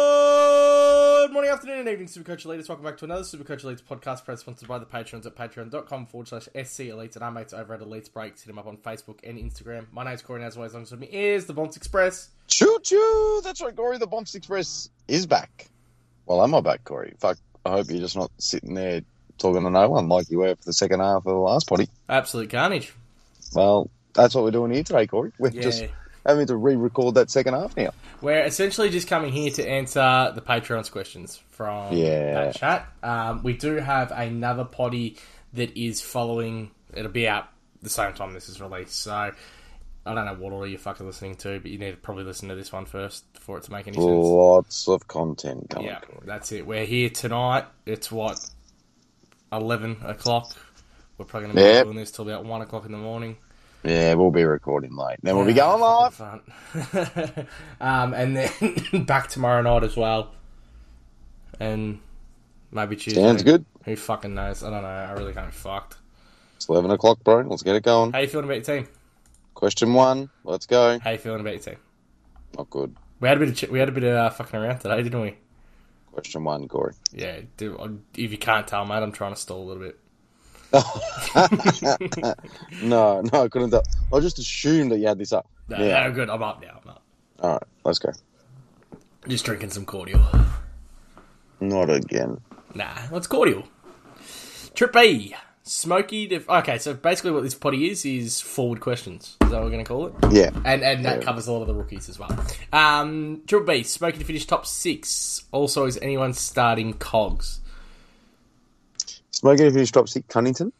Good morning, afternoon, and evening, Supercoach Elites. Welcome back to another Supercoach Elites podcast, press sponsored by the patrons at patreon.com forward slash SC Elites and our mates over at Elites Breaks. Hit them up on Facebook and Instagram. My name's Corey, and as always, along with me is the Bombs Express. Choo choo! That's right, Corey. The Bombs Express is back. Well, I'm not back, Corey. Fuck. I hope you're just not sitting there talking to no one like you were for the second half of the last potty. Absolute carnage. Well, that's what we're doing here today, Corey. We're Yeah. just having to re-record that second half now. We're essentially just coming here to answer the Patreon's questions from Yeah. that chat. Um, we do have another potty that is following. It'll be out the same time this is released. So I don't know what order you're fucking listening to, but you need to probably listen to this one first before it to make any sense. Lots of content coming. Yeah, that's it. We're here tonight. It's what eleven o'clock. We're probably gonna be Yep. doing this till about one o'clock in the morning. Yeah, we'll be recording late. Then we'll be going live. Fun. um, and then back tomorrow night as well. And maybe Tuesday. Sounds good. Who fucking knows? I don't know. I really kind of fucked. It's eleven o'clock, bro. Let's get it going. How you feeling about your team? Question one. Let's go. How you feeling about your team? Not good. We had a bit of ch- we had a bit of uh, fucking around today, didn't we? Question one, Corey. Yeah. Dude, if you can't tell, mate, I'm trying to stall a little bit. No, no, I couldn't. Tell. I just assumed that you had this up. No, yeah. no, good. I'm up now. I'm up. All right, let's go. Just drinking some cordial. Not again. Nah, what's cordial? Trip B. Smoky. Def- okay, so basically what this potty is is forward questions. Is that what we're going to call it? Yeah. And and that Yeah. covers a lot of the rookies as well. Um, Triple B, Smokey to finish top six. Also, is anyone starting Cogs? Smoking a finish top six, Cunnington.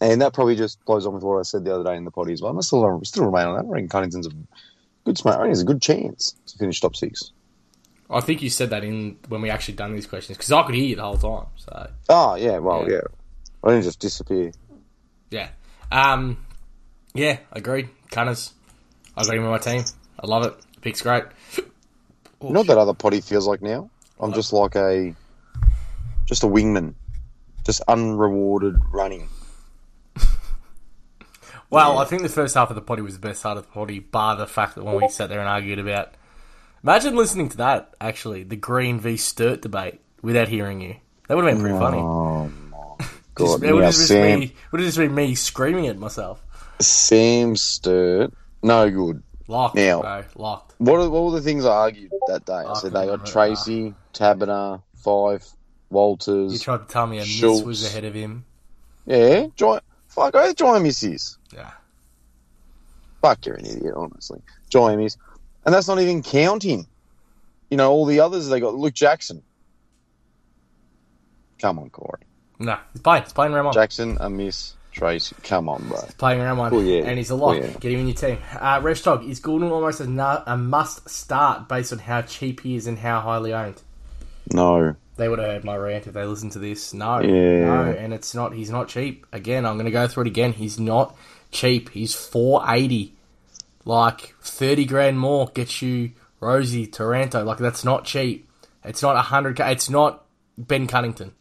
And that probably just blows on with what I said the other day in the potty as well. I must still, still remain on that. I reckon Cunnington's a good smoke. I reckon there's a good chance to finish top six. I think you said that in when we actually done these questions because I could hear you the whole time. So Oh, yeah, well, Yeah. yeah. I didn't just disappear. yeah, um, yeah, agreed. Cunners, I agree with my team. I love it. The pick's great. Oh, You know what that other potty feels like now? I'm just like a, just a wingman. Just unrewarded running. Well, I think the first half of the potty was the best part of the potty, bar the fact that when we sat there and argued about. Imagine listening to that, actually, the Green v Sturt debate without hearing you. That would have been pretty funny. Oh, my Just- God. it would Now, have just, Sam, be- would have just been me screaming at myself. Sam Sturt. No good. Locked, Now- bro. Locked. What, are, what were the things I argued that day? I said can't they got remember. Tracy, Tabana, Five, You Walters. tried to tell me a miss Schultz. was ahead of him. yeah, join. Fuck, I join misses. Yeah. Fuck, you're an idiot, honestly. Join miss, and that's not even counting. You know all the others they got. Luke Jackson. Come on, Corey. No, he's playing. He's playing round one. Jackson, a miss. Tracy, come on, bro. Playing round one. Oh, yeah. And he's a lock. Oh, yeah. Get him in your team. Uh, Rev Tog, is Gordon almost a, nu- a must start based on how cheap he is and how highly owned? No. They would have heard my rant if they listened to this. No, Yeah. no, and it's not. He's not cheap. Again, I'm going to go through it again. He's not cheap. He's 480, like 30 grand more gets you Rosie Taranto. Like that's not cheap. It's not 100k. It's not Ben Cunnington.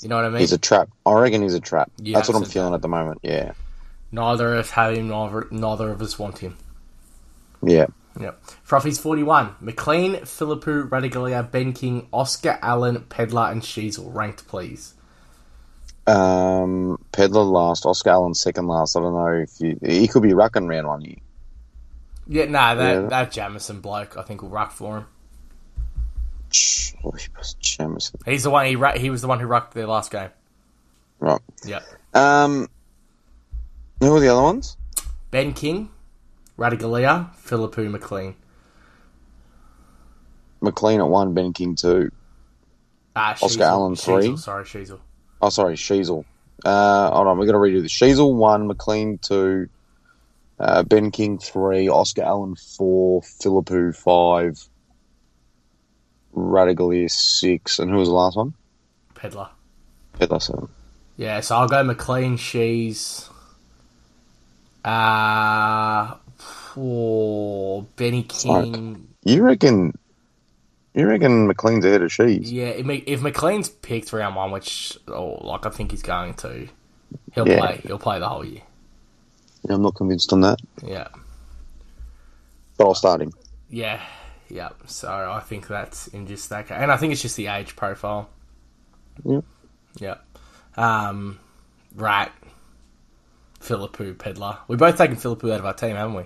You know what I mean? He's a trap. I reckon he's a trap. You That's have what I'm said feeling at the moment. Yeah. neither of us have him. Neither, neither of us want him. Yeah. Yep. Froffy's 41. McLean, Philippou, Radigalia, Ben King, Oscar Allen, Pedlar, and Sheasel. Ranked, please. Um, Pedler last, Oscar Allen second last. I don't know if you, he could be rucking round one year. Yeah, nah, that, Yeah. that Jamison bloke, I think, will ruck for him. Ch- oh, he was Jamison. He's the one. He ra- he was the one who rucked their last game. Right. Yeah. Um, who were the other ones? Ben King, Radigalia, Philippu McLean. McLean at one, Ben King two. Ah, Oscar Allen, three. Sheasel, sorry, Sheasel. Oh, sorry, Sheasel. Uh, hold on, we got to redo this. Sheasel one, McLean two, uh, Ben King three, Oscar Allen four, Philippou five, Radaglia six, and who was the last one? Pedlar. Pedler seven. Yeah, so I'll go McLean, Shees. Uh, poor Benny King. You reckon? You reckon McLean's ahead of Shees? Yeah, if Mc- if McLean's picked round one, which oh, like I think he's going to, he'll Yeah. play. He'll play the whole year. I'm not convinced on that, Yeah, but I'll start him. yeah. yeah. So I think that's in just that case, and I think it's just the age profile. Yeah. Yeah. Um, right. Philippou Pedler. We've both taken Philippou out of our team, haven't we?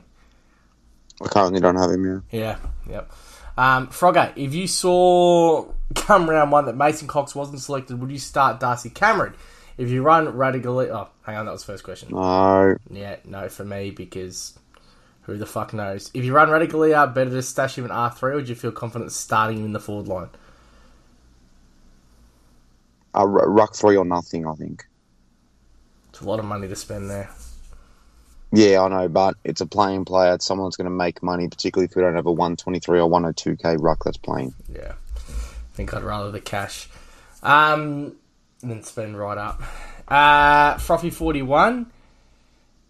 I currently don't have him. Yeah. Yeah, yep. Um, Frogger, if you saw come round one that Mason Cox wasn't selected, would you start Darcy Cameron? If you run Radigali, oh, hang on, that was the first question. No. Yeah, no, for me because who the fuck knows? If you run Radigali out, better to stash him in R three, or do you feel confident starting him in the forward line? Uh, Ru- ruck three or nothing. I think. It's a lot of money to spend there. Yeah, I know, but it's a playing player. It's someone that's going to make money, particularly if we don't have a 123 or 102k ruck that's playing. Yeah, I think I'd rather the cash um, than spend right up. Uh, Frothy forty one.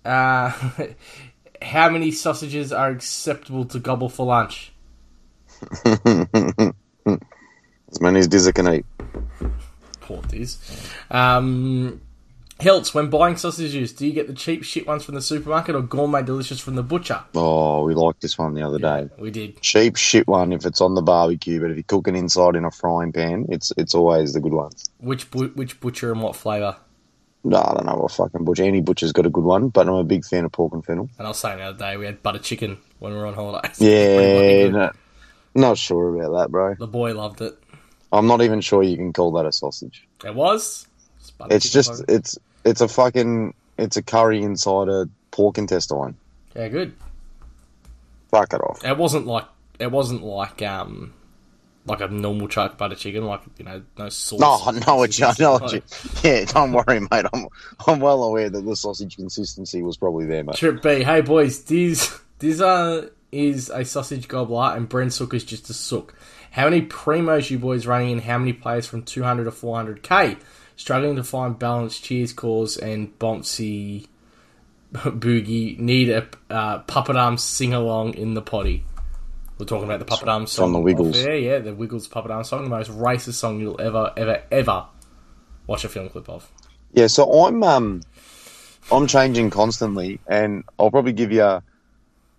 Uh, how many sausages are acceptable to gobble for lunch? As many as Dizza can eat. Poor these. Um, Hilts, when buying sausages, do you get the cheap shit ones from the supermarket or gourmet delicious from the butcher? Oh, we liked this one the other day. We did. Cheap shit one if it's on the barbecue, but if you cook it inside in a frying pan, it's it's always the good ones. Which bu- which butcher and what flavour? No, I don't know what fucking butcher. Any butcher's got a good one, but I'm a big fan of pork and fennel. And I was saying the other day we had butter chicken when we were on holidays. Yeah, no, not sure about that, bro. the boy loved it. I'm not even sure you can call that a sausage. It was. It's, butter It's chicken just flavour. it's it's a fucking it's a curry inside a pork intestine. yeah, good. Fuck it off. It wasn't like it wasn't like um like a normal chuck butter chicken, like you know, no sauce. No, I know what you. I know what you. Yeah, don't worry, mate. I'm I'm well aware that the sausage consistency was probably there, mate. Trip B, hey boys, Diz Diz uh, is a sausage gobbler and Bren Sook is just a sook. How many primos you boys running in? How many players from 200 to 400k? Struggling to find balance, cheers, cause, and Bompsy Boogie need a uh, puppet arm sing along in the potty. We're talking about the puppet arm song. the Wiggles. Yeah, yeah, the Wiggles puppet arm song, the most racist song you'll ever, ever, ever watch a film clip of. Yeah, so I'm um I'm changing constantly, and I'll probably give you a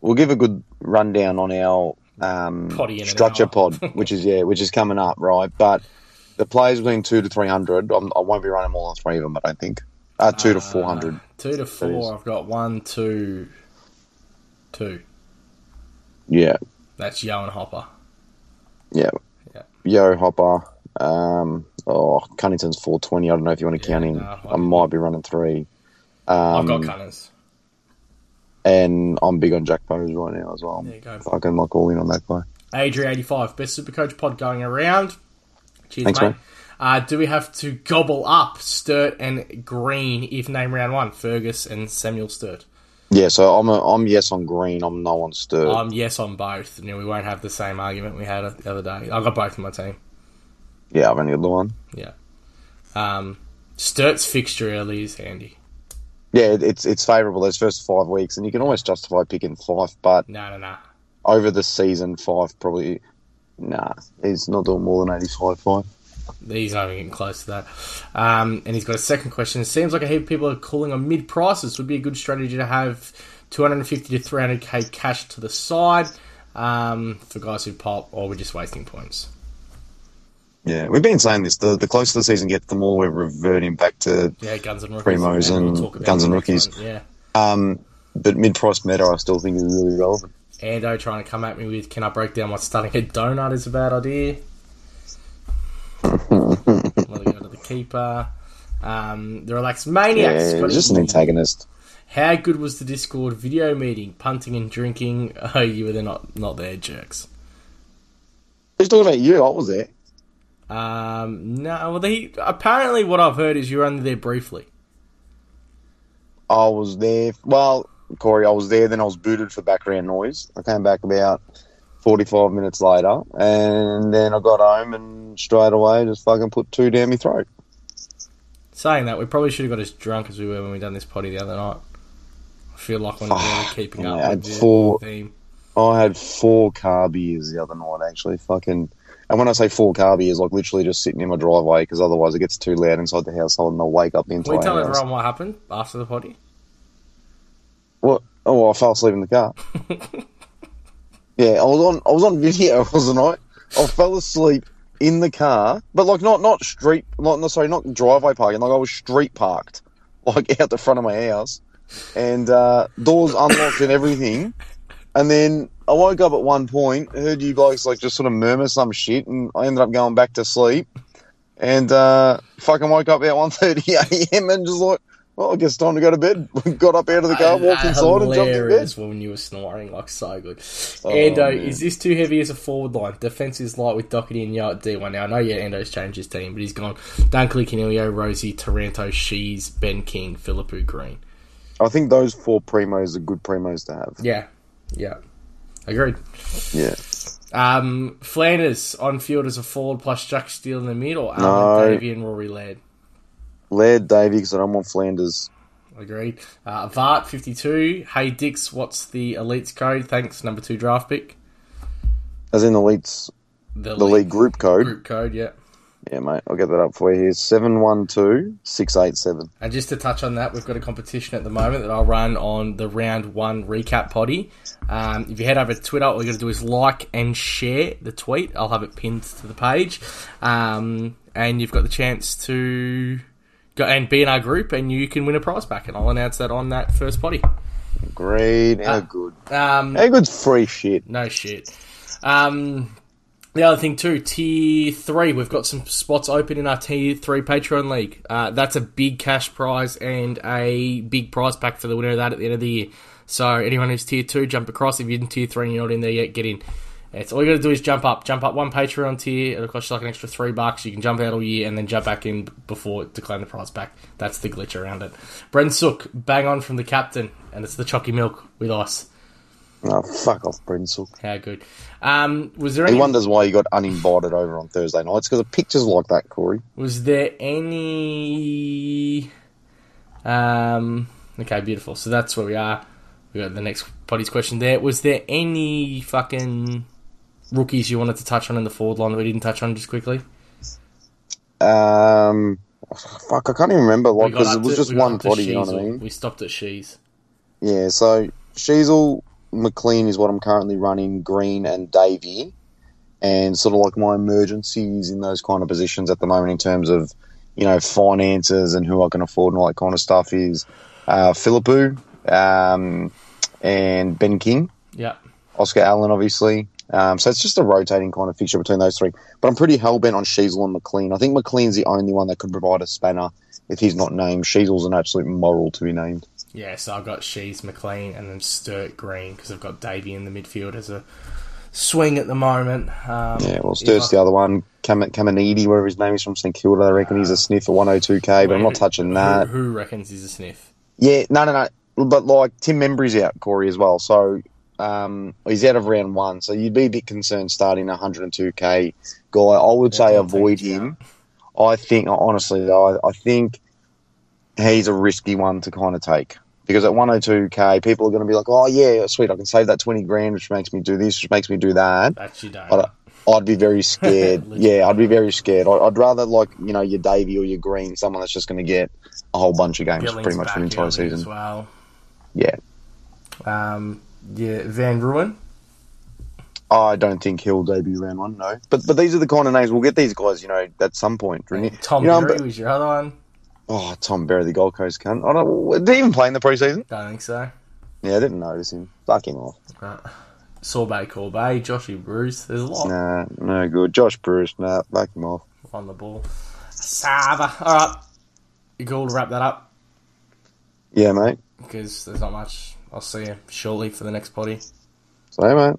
we'll give a good rundown on our Potty in um, an structure hour. pod, which is yeah, which is coming up, right? But the players between two to three hundred, I won't be running all three of them, I don't think. Uh, two to four hundred. Two to is. four. I've got one, two, two. Yeah, That's Yo and Hopper. yeah. Yeah. Yo Hopper. Um, oh, Cunnington's four twenty. I don't know if you want to count in. nah, I might be running three, Um, I've got Cunners. and I'm big on Jack Bowes right now as well. There you go. Fucking like all in on that guy. Adri eighty five. Best Supercoach pod going around. Cheers, Thanks, mate. mate. Uh, do we have to gobble up Sturt and Green if name round one? Fergus and Samuel Sturt. Yeah, so I'm a, I'm yes on green. I'm no on stir. I'm Um, yes on both. You know, we won't have the same argument we had the other day. I got both in my team. yeah, I've only got the one. Yeah. Um, Sturt's fixture early is handy. Yeah, it, it's it's favourable those first five weeks, and you can always justify picking five, but No, no, no. over the season, five probably nah, he's not doing more than eighty five five. He's not even getting close to that. Um, and he's got a second question. It seems like a heap of people are calling on mid prices. Would be a good strategy to have 250 to 300k cash to the side um, for guys who pop, or we're just wasting points. Yeah, we've been saying this. The the closer the season gets, the more we're reverting back to. Yeah, guns and rookies. Primos Yeah, we'll and talk about guns it and next rookies. one. Yeah. Um, but mid price meta, I still think is really relevant. Ando trying to come at me with can I break down what starting a donut is a bad idea? Another go to the keeper. Um, the relaxed maniacs. Yeah, Scotty just an antagonist. How good was the Discord video meeting? Punting and drinking. Oh, you were there not not there, jerks. He's talking about you. I was there. Um, no, well, they apparently what I've heard is you were only there briefly. I was there. Well, Corey, I was there. Then I was booted for background noise. I came back about forty-five minutes later, and then I got home and straight away just fucking put two down my throat. Saying that, we probably should have got as drunk as we were when we done this potty the other night. I feel like we're not really keeping up yeah, with I'd the thought- theme. I had four car beers the other night, actually. Fucking. And when I say four car beers, like literally just sitting in my driveway because otherwise it gets too loud inside the household and I'll wake up the Can entire we tell house. everyone what happened after the potty? What? Oh, I fell asleep in the car. Yeah, I was on I was on video, wasn't I? I fell asleep in the car, but like not not street, not no, sorry, not driveway parking. Like I was street parked, like out the front of my house, and uh, doors unlocked and everything. And then I woke up at one point, heard you guys like just sort of murmur some shit, and I ended up going back to sleep. And uh, fucking woke up at 1.30 a.m. and just like, well, I guess it's time to go to bed. Got up out of the car, walked inside, and Ah, jumped in bed. Oh, Hilarious when you were snoring, like so good. Ando, man. is this too heavy as a forward line? Defense is light with Doherty and Yo at D1. Now, I know, yeah, Ando's changed his team, but he's gone Dunkley, Canelio, Rosie, Taranto, Shees, Ben King, Philippu Green. I think those four primos are good primos to have. Yeah, yeah. Agreed. Yeah. Um, Flanders on field as a forward plus Jack Steele in the middle. Alan No. Davey and Rory Laird. Laird, Davey, because I don't want Flanders. Agreed. Uh, Vart fifty two. Hey Dix, what's the elites code? Thanks, number two draft pick. As in the league's the elite league group code. group code, yeah. Yeah, mate, I'll get that up for you here. Seven one two six eight seven. And just to touch on that, we've got a competition at the moment that I'll run on the round one recap potty. Um, if you head over to Twitter, all you got to do is like and share the tweet. I'll have it pinned to the page, um, and you've got the chance to go and be in our group, and you can win a prize back. And I'll announce that on that first potty. Great. How good. Um, How good's free shit. No shit. Um, the other thing too, tier three, we've got some spots open in our tier three Patreon league. Uh, that's a big cash prize and a big prize pack for the winner of that at the end of the year. So anyone who's tier two, jump across. If you're in tier three and you're not in there yet, get in. It's all you got to do is jump up, jump up one Patreon tier. It'll cost you like an extra three bucks. You can jump out all year and then jump back in before to claim the prize back. That's the glitch around it. Brent Sook, bang on from the captain, and it's the Chalky Milk with ice. Oh, fuck off, Brinsell. How good. Um, was there He any wonders why he got uninvited over on Thursday nights because of pictures like that, Corey. was there any um okay, beautiful. So that's where we are. We got the next body's question there. Was there any fucking rookies you wanted to touch on in the forward line that we didn't touch on just quickly? Um, fuck, I can't even remember. We Like, got because it up was to- just we got one up to body. You know what I Sheasel. mean? We stopped at She's. Yeah. So Sheasel, McLean is what I'm currently running. Green and Davey, and sort of like my emergencies in those kind of positions at the moment in terms of you know finances and who I can afford and all that kind of stuff is uh, Philippou um, and Ben King. Yeah. Oscar Allen, obviously. Um, so it's just a rotating kind of fixture between those three. But I'm pretty hell bent on Sheasel and McLean. I think McLean's the only one that could provide a spanner if he's not named. Sheasel's an absolute moral to be named. Yeah, so I've got She's, McLean, and then Sturt Green because I've got Davey in the midfield as a swing at the moment. Um, Yeah, well, if I- Sturt's the other one. Cam- Caminiti, whatever his name is from St Kilda, I reckon he's a sniff at 102k, but I'm not touching that. Who, who reckons he's a sniff? Yeah, no, no, no. But like Tim Membry's out, Corey as well. So um, he's out of round one. So you'd be a bit concerned starting a 102k guy. I would say I'll avoid take it him. I think honestly though, I, I think he's a risky one to kind of take because at 102k, people are going to be like, "Oh yeah, sweet, I can save that 20 grand, which makes me do this, which makes me do that." Actually, don't. I'd, I'd be very scared. yeah, I'd be very scared. I, I'd rather like you know your Davy or your Green, someone that's just going to get a whole bunch of games, Billings pretty much for the back entire early season. as well. Yeah. Um, yeah, Van Ruin. I don't think he'll debut round one, no. But but these are the kind of names we'll get these guys, you know, at some point. Really. Tom you know, I'm- Berry was your other one. oh, Tom Berry, the Gold Coast cunt. I don't, did he even play in the preseason? Don't think so. Yeah, I didn't notice him. Fucking off. Sorbet Corbet, Joshy Bruce. There's a lot Nah, no good. Josh Bruce, nah, fuck him off. on the ball. Sava. All right. You cool to wrap that up Yeah, mate. because there's not much. I'll see you shortly for the next potty. So, hey, mate.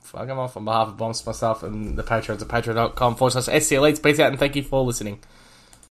Fuck him off on behalf of Bombs, myself, and the patrons at patreon.com forward slash SC Elites. Peace out and thank you for listening.